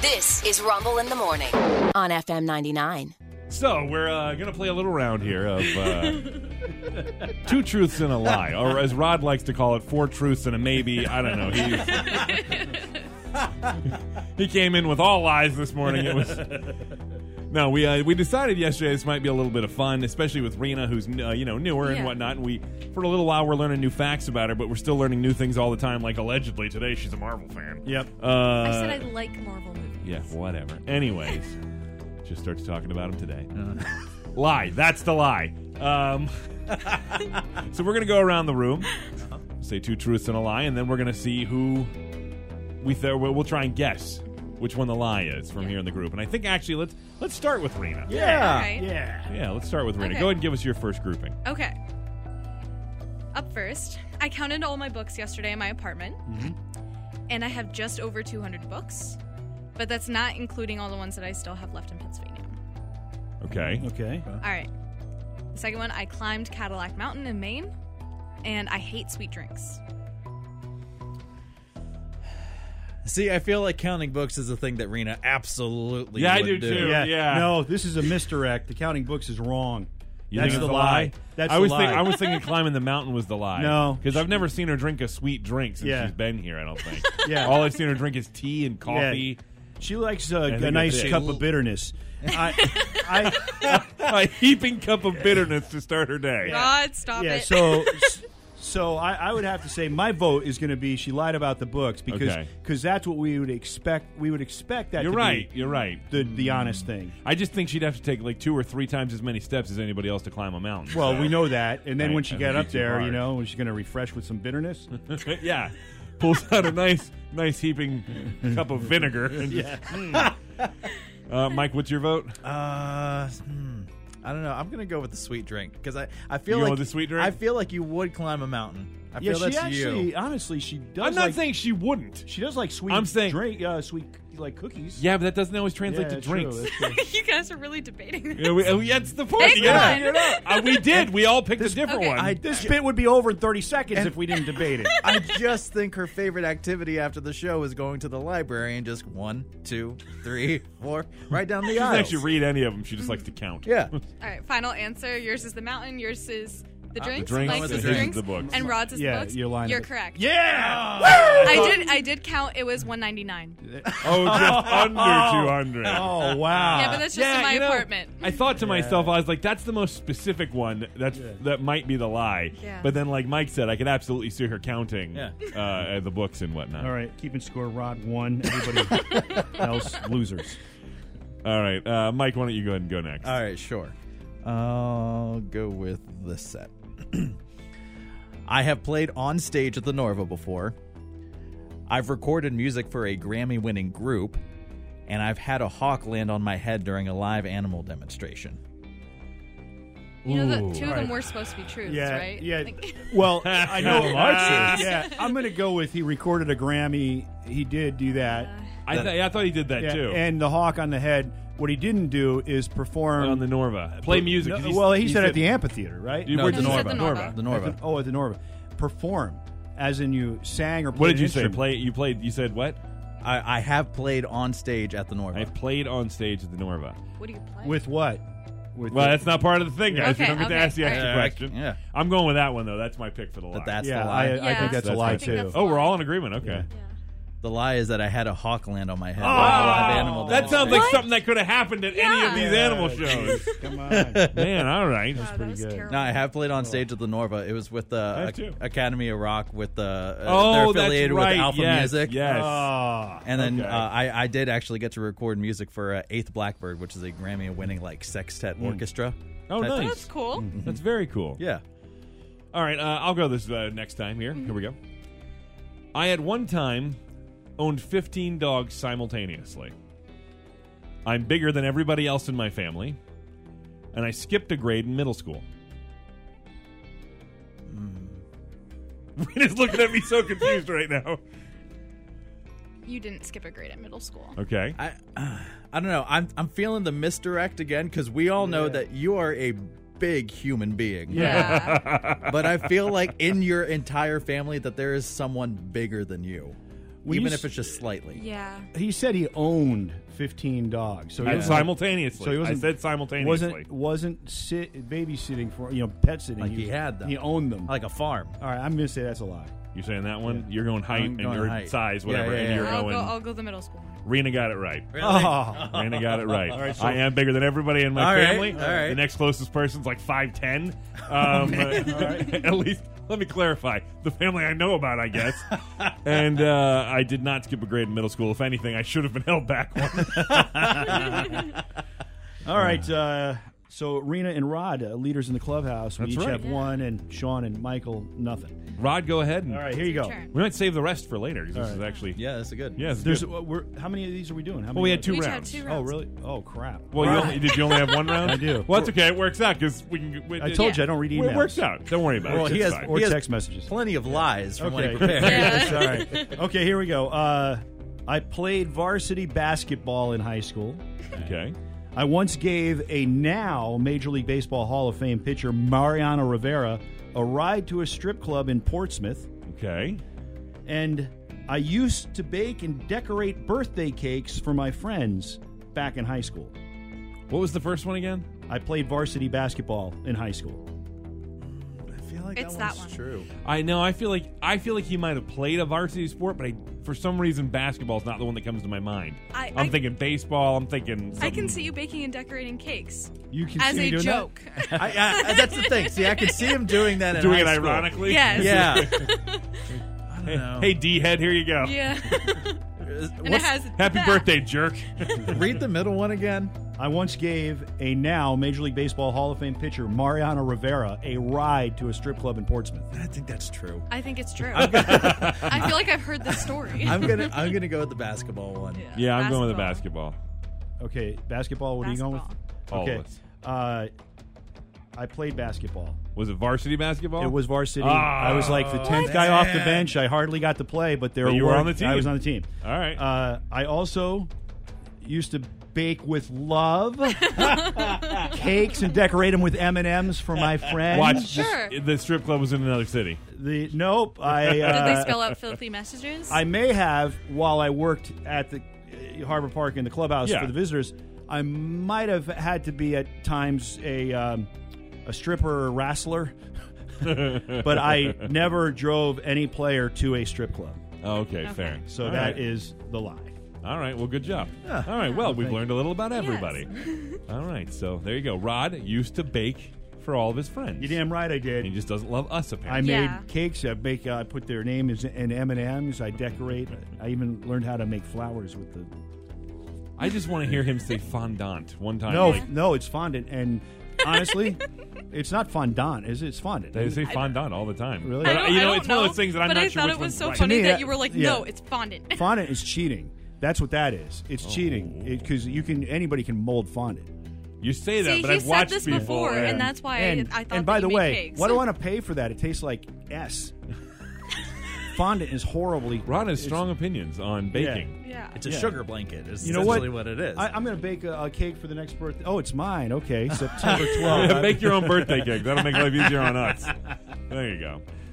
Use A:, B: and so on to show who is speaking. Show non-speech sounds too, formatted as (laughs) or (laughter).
A: This is Rumble in the Morning on FM 99.
B: So we're uh, gonna play a little round here of uh, two truths and a lie, or as Rod likes to call it, four truths and a maybe. I don't know. He's, he came in with all lies this morning. It was. No, we uh, we decided yesterday this might be a little bit of fun, especially with Rena, who's uh, you know newer and
C: Yeah.
B: whatnot. And we for a little while we're learning new facts about her, but we're still learning new things all the time. Like allegedly today, she's a Marvel fan.
D: Yep.
B: Uh,
C: I said I like Marvel movies.
B: yeah, whatever. Anyways, just starts talking about him today. (laughs) lie. That's the lie. Um, (laughs) so we're going to go around the room, say two truths and a lie, and then we're going to see who we th- we'll we'll try and guess which one the lie is from here in the group. And I think actually let's let's start with Rena.
D: Yeah.
C: Alright.
D: Yeah.
B: Yeah, let's start with Rena.
C: Okay.
B: Go ahead and give us your first grouping.
C: Okay. Up first, I counted all my books yesterday in my apartment,
B: Mm-hmm.
C: and I have just over 200 books, but that's not including all the ones that I still have left in Pennsylvania.
B: Okay.
D: Okay.
C: All right. The second one, I climbed Cadillac Mountain in Maine, and I hate sweet drinks.
E: See, I feel like counting books is a thing that Rena absolutely
B: Yeah, I do
E: would
B: too.
D: Yeah.
B: Yeah.
D: No, this is a misdirect. The counting books is wrong.
B: You
D: That's
B: think it's a
D: the lie. That's
B: I
D: the
B: was
D: lie.
B: Think, I was thinking climbing the mountain was the lie.
D: No.
B: because I've never seen her drink a sweet drink since
D: Yeah.
B: she's been here. I don't think.
D: (laughs) Yeah.
B: all I've seen her drink is tea and coffee. (laughs)
D: She likes uh, a,
B: think
D: a nice
B: that's it.
D: cup of bitterness. I, I,
B: a heaping cup of bitterness to start her day.
C: Rod, stop
D: yeah.
C: it.
D: So, so I, I would have to say my vote is going to be she lied about the books because
B: Okay.
D: cause that's what we would expect. We would expect that.
B: You're
D: to
B: right. Mm.
D: Be
B: You're right.
D: the the honest thing.
B: I just think she'd have to take like two or three times as many steps as anybody else to climb a mountain.
D: Well,
B: so-
D: we know that. And then
B: Right,
D: when she
B: I
D: got
B: think
D: up
B: it's too
D: there, you
B: hard.
D: know, she's going to refresh with some
B: (laughs)
D: bitterness.
B: (laughs) yeah. Pulls out a nice, nice heaping cup of vinegar. And yeah. uh, Mike, what's your vote?
E: Uh, hmm, I don't know. I'm gonna go with the sweet drink because I, I feel
B: You go
E: like
B: with the sweet drink?
E: I feel like you would climb a mountain. I
D: yeah,
E: feel
D: she
E: that's
D: actually,
E: you.
D: honestly, she does.
B: I'm not
D: like-
B: saying she wouldn't.
D: She does like sweet.
B: I'm saying-
D: drink, uh, sweet like cookies.
B: Yeah, but that doesn't always translate
D: Yeah,
B: to
D: true,
B: drinks. (laughs)
D: that's true.
C: (laughs) you guys are really debating this.
B: Yeah, we, uh, that's the point.
C: Pick
B: You gotta
C: one.
B: figure it out. Uh, we did. We all picked a different
C: okay.
B: one.
E: I-
D: this bit would be over in 30 seconds
E: And-
D: if we didn't
B: (laughs)
D: debate it.
E: (laughs) I just think her favorite activity after the show is going to the library and just one, two, three, four, right down
B: she
E: the
B: doesn't
E: aisle.
B: actually read any of them. She just likes to count.
E: yeah.
C: All right, final answer. Yours is the mountain. Yours is the drinks.
B: Uh, drinks,
C: Mine's
E: and
C: the
E: his is
C: drinks.
B: the books.
C: And Rod's is the
D: Yeah,
C: books.
D: your line
C: You're
D: of it.
C: correct.
D: Yeah.
C: I did. I did count. It was 199.
B: Oh,
D: (laughs)
B: just under 200.
D: Oh wow.
C: yeah, but that's just
B: yeah,
C: in my
B: you know,
C: apartment.
B: I thought to myself, I was like, "That's the most specific one. That's that might be the lie."
C: Yeah.
B: But then, like Mike said, I could absolutely see her counting
E: Yeah.
B: uh, uh, the books and whatnot.
D: All right, keeping score. Rod one.
C: (laughs)
D: Everybody else losers.
B: All right, uh, Mike, why don't you go ahead and go next?
E: All right, sure. I'll go with the set. (clears throat) I have played on stage at the Norva before. I've recorded music for a Grammy winning group, and I've had a hawk land on my head during a live animal demonstration.
B: Oh,
C: You know,
B: Ooh.
C: the two of them were supposed to be truths,
D: Yeah,
C: right?
D: yeah.
C: Like- (laughs)
D: Well, I know.
B: Ah.
D: yeah, I'm gonna go with he recorded a Grammy. He did do that.
C: Uh,
B: I, th- I thought he did that
D: Yeah,
B: too
D: And the hawk on the head. What he didn't do is perform
B: on the Norva. Play music.
D: No,
B: 'cause he's-
D: well, he, said, at the amphitheater, right?
B: You-
E: No,
B: where'd
E: the
B: you-
C: Norva. the Norva.
E: The
D: At
E: Norva.
D: the- oh, at the Norva. Perform, as in you sang or played
B: What did
D: an
B: you say?
D: instrument.
B: Play. You played. You said what?
E: I, I have played on stage at the Norva.
B: I played on stage at the Norva.
C: what do you play?
D: With what? With
B: Well, that's not part of the thing, guys.
C: Okay,
B: we don't get to
C: okay,
B: ask the
C: all
B: extra
C: right.
B: question.
E: Yeah.
B: I'm going with that one though. That's my pick for the lie.
E: But that's
D: yeah, I,
E: the
D: I
E: lie.
C: Yeah.
D: think that's
B: That's
D: a lie
B: right.
C: I think
D: too.
C: that's-
B: oh, we're all in agreement. Okay.
E: the lie is that I had a hawk land on my head. during a live
B: Wow,
E: animal
B: Ah! that sounds like
C: What?
B: something that could have happened at any of
C: Yeah.
B: these animal
C: (laughs)
B: shows.
D: Come (laughs) on.
B: Man, all right.
C: Wow, Oh, that was
D: good.
C: terrible.
E: No, I have played on stage at the Norva. It was with the
B: That's
E: Ac-
B: true.
E: Academy of Rock with the uh, they're
B: Oh, that's
E: affiliated
B: right.
E: with Alpha
B: yes,
E: Music.
B: Yes.
D: Ah.
E: And then
B: Okay.
E: uh, I, I did actually get to record music for uh, Eighth Blackbird, which is a Grammy-winning like sextet orchestra.
B: oh,
E: That's-
B: nice.
C: That's cool.
D: Mm.
B: That's very cool.
E: Yeah.
B: All right, uh, I'll go this uh, next time here. Here we go. I at one time owned 15 dogs simultaneously. I'm bigger than everybody else in my family, and I skipped a grade in middle school. Mm. (laughs) Rena's looking at me so confused right now.
C: You didn't skip a grade at middle
D: (laughs)
C: school.
B: Okay.
E: I uh, I don't know. I'm I'm feeling the misdirect again because we all know that you are a big human being.
C: Yeah.
E: But I feel like in your entire family that there is someone bigger than you.
D: When you
E: even
D: s-
E: if it's just slightly.
C: Yeah.
D: he said he owned 15 dogs. So he
B: I-
D: was-
B: Simultaneously.
D: So he wasn't,
B: I said simultaneously.
D: Wasn't wasn't sit, babysitting for you know pet sitting.
E: Like he had them.
D: He owned them.
E: Like a farm.
D: All right, I'm gonna say that's a lie.
B: You're saying that one? You're going height
E: I'm
B: and
E: going
B: your
E: height.
B: size,
E: Yeah,
B: whatever,
E: yeah, yeah.
B: and you're
C: I'll
B: going.
C: go. I'll go the middle school. one.
B: Rena got it right.
D: Oh,
B: (laughs) Rena got it right.
D: so-
B: I am bigger than everybody in my
E: All right,
B: family.
E: all right.
B: The next closest person's like five ten. Um, (laughs) At least let me clarify the family I know about, I guess. and uh, I did not skip a grade in middle school. If anything, I should have been (laughs) held back one.
D: all right. Uh, so Rena and Rod, uh, leaders in the clubhouse, we
B: That's
D: each
B: right. Mm.
D: have one, and Sean and Michael nothing.
B: Rod, go ahead. And
D: All right, here you go.
C: Turn.
B: We might save the rest for later because this
D: All
B: is actually
E: Yeah, that's a good.
B: yeah. it's
D: There's
B: good.
D: uh, we're, how many of these are we doing? How many
B: well, we had
D: are-
B: two
C: We each had
B: rounds.
C: two
D: Oh,
C: rounds.
D: really? Oh, crap.
B: Well, you only, did you only have one round?
D: (laughs) I do.
B: Well, that's okay. It works out because we can. We,
D: I told you I don't read
B: Well,
D: emails.
B: It works out. Don't worry about
E: Well,
B: it.
E: he
B: It's
E: has
B: fine.
D: Or
E: He has
D: text messages.
E: Plenty of lies from what he
D: Okay. (laughs)
E: prepared.
D: All right. Okay, here we go. Uh, I played varsity basketball in high school.
B: (laughs) Okay.
D: I once gave a now Major League Baseball Hall of Fame pitcher Mariano Rivera a ride to a strip club in Portsmouth,
B: Okay.
D: and I used to bake and decorate birthday cakes for my friends back in high school.
B: What was the first one again?
D: I played varsity basketball in high school.
E: I feel like
C: It's
E: that
C: that
E: one's
C: one.
E: true.
B: I know. I feel like I feel like he might have played a varsity sport, but I, for some reason, basketball's not the one that comes to my mind.
C: I-
B: am
C: I-
B: thinking baseball. I'm thinking.
C: I
B: something-
C: can see you baking and decorating cakes
D: You can
C: as
D: see me
C: a
D: doing that?
C: joke. (laughs)
E: I, I, that's the thing. See, I can see him doing that. in
B: doing it
E: high school.
B: ironically. (laughs)
C: Yes.
E: (laughs) Yeah. I don't know.
B: Hey, D head, here you go.
C: yeah.
D: (laughs)
C: and it
E: What's-
C: has
B: Happy
C: that.
B: birthday,
C: (laughs)
B: jerk.
E: read the middle one again.
D: I once gave a now Major League Baseball Hall of Fame pitcher Mariano Rivera a ride to a strip club in Portsmouth.
E: I think that's true.
C: I think it's true. (laughs) I feel like I've heard this story. (laughs)
E: I'm gonna I'm gonna go with the basketball one.
B: yeah, I'm going with the basketball.
D: Okay, basketball. What are you going with?
B: All
D: okay,
B: of us.
D: uh, I played basketball.
B: Was it varsity basketball?
D: It was varsity.
B: Oh.
D: I was like the tenth guy off the bench. I hardly got to play, but there
B: But you were
D: were-
B: on the team.
D: I was on the team.
B: All right.
D: Uh, I also used to bake with
B: (laughs)
D: love cakes and decorate them with M and M's for my friends.
B: Watch.
C: Sure.
B: this- the strip club was in another city.
D: the nope. I
C: Did
D: uh,
C: they spell out filthy messages?
D: I may have while I worked at the uh, Harbor Park in the clubhouse
B: Yeah.
D: for the visitors. I might have had to be at times a um, a stripper or wrestler, (laughs)
B: (laughs)
D: but I never drove any player to a strip club.
B: Oh, okay,
C: Okay.
B: fair.
D: So
B: All
D: that
B: right.
D: is the lie.
B: All right. Well, good job. All right. Well, we've learned a little about
C: (laughs)
B: everybody. all right. So there you go. Rod used to bake for all of his friends.
D: You damn right I
B: And he
D: did.
B: just doesn't love us
D: I
B: apparently.
D: made
C: Yeah.
D: cakes. I bake. I put their names in M and M's. I decorate. I even learned how to make flowers with the.
B: I just want to hear him say fondant one time.
D: No,
B: Like,
D: no, it's fondant, and honestly, it's not fondant. Is it? It's fondant.
B: they say fondant all the time.
D: Really?
C: I
B: But,
C: don't,
B: you
C: I
B: know,
C: don't
B: it's one of those things that I'm
C: but
B: not
C: I
B: sure
C: thought
B: which
C: it was
B: one's
C: so
B: right.
C: funny
D: me,
C: that
D: that-
C: you were like,
D: yeah.
C: no, it's fondant.
D: fondant is cheating. That's what that is. It's cheating because you can anybody can mold fondant.
B: You say that,
C: (laughs) See,
B: but
C: he
B: I've
C: said
B: watched
C: this
B: people,
C: before, and that's why I-
D: and,
C: I thought
D: and
C: that
D: by
C: you
D: the
C: made
D: way,
C: cakes.
D: why do I
C: (laughs)
D: want to pay for that? It tastes like s. fondant is horribly.
B: Rod has strong opinions on baking.
C: yeah.
E: It's a
D: Yeah.
E: sugar blanket. Is
D: You know
E: essentially
D: what?
E: what it is.
D: I, I'm going to bake a, a cake for the next birthday. Oh, it's mine. Okay, September 12th.
B: (laughs)
D: (laughs)
B: Make your own birthday cake. That'll make life easier on us. There you go.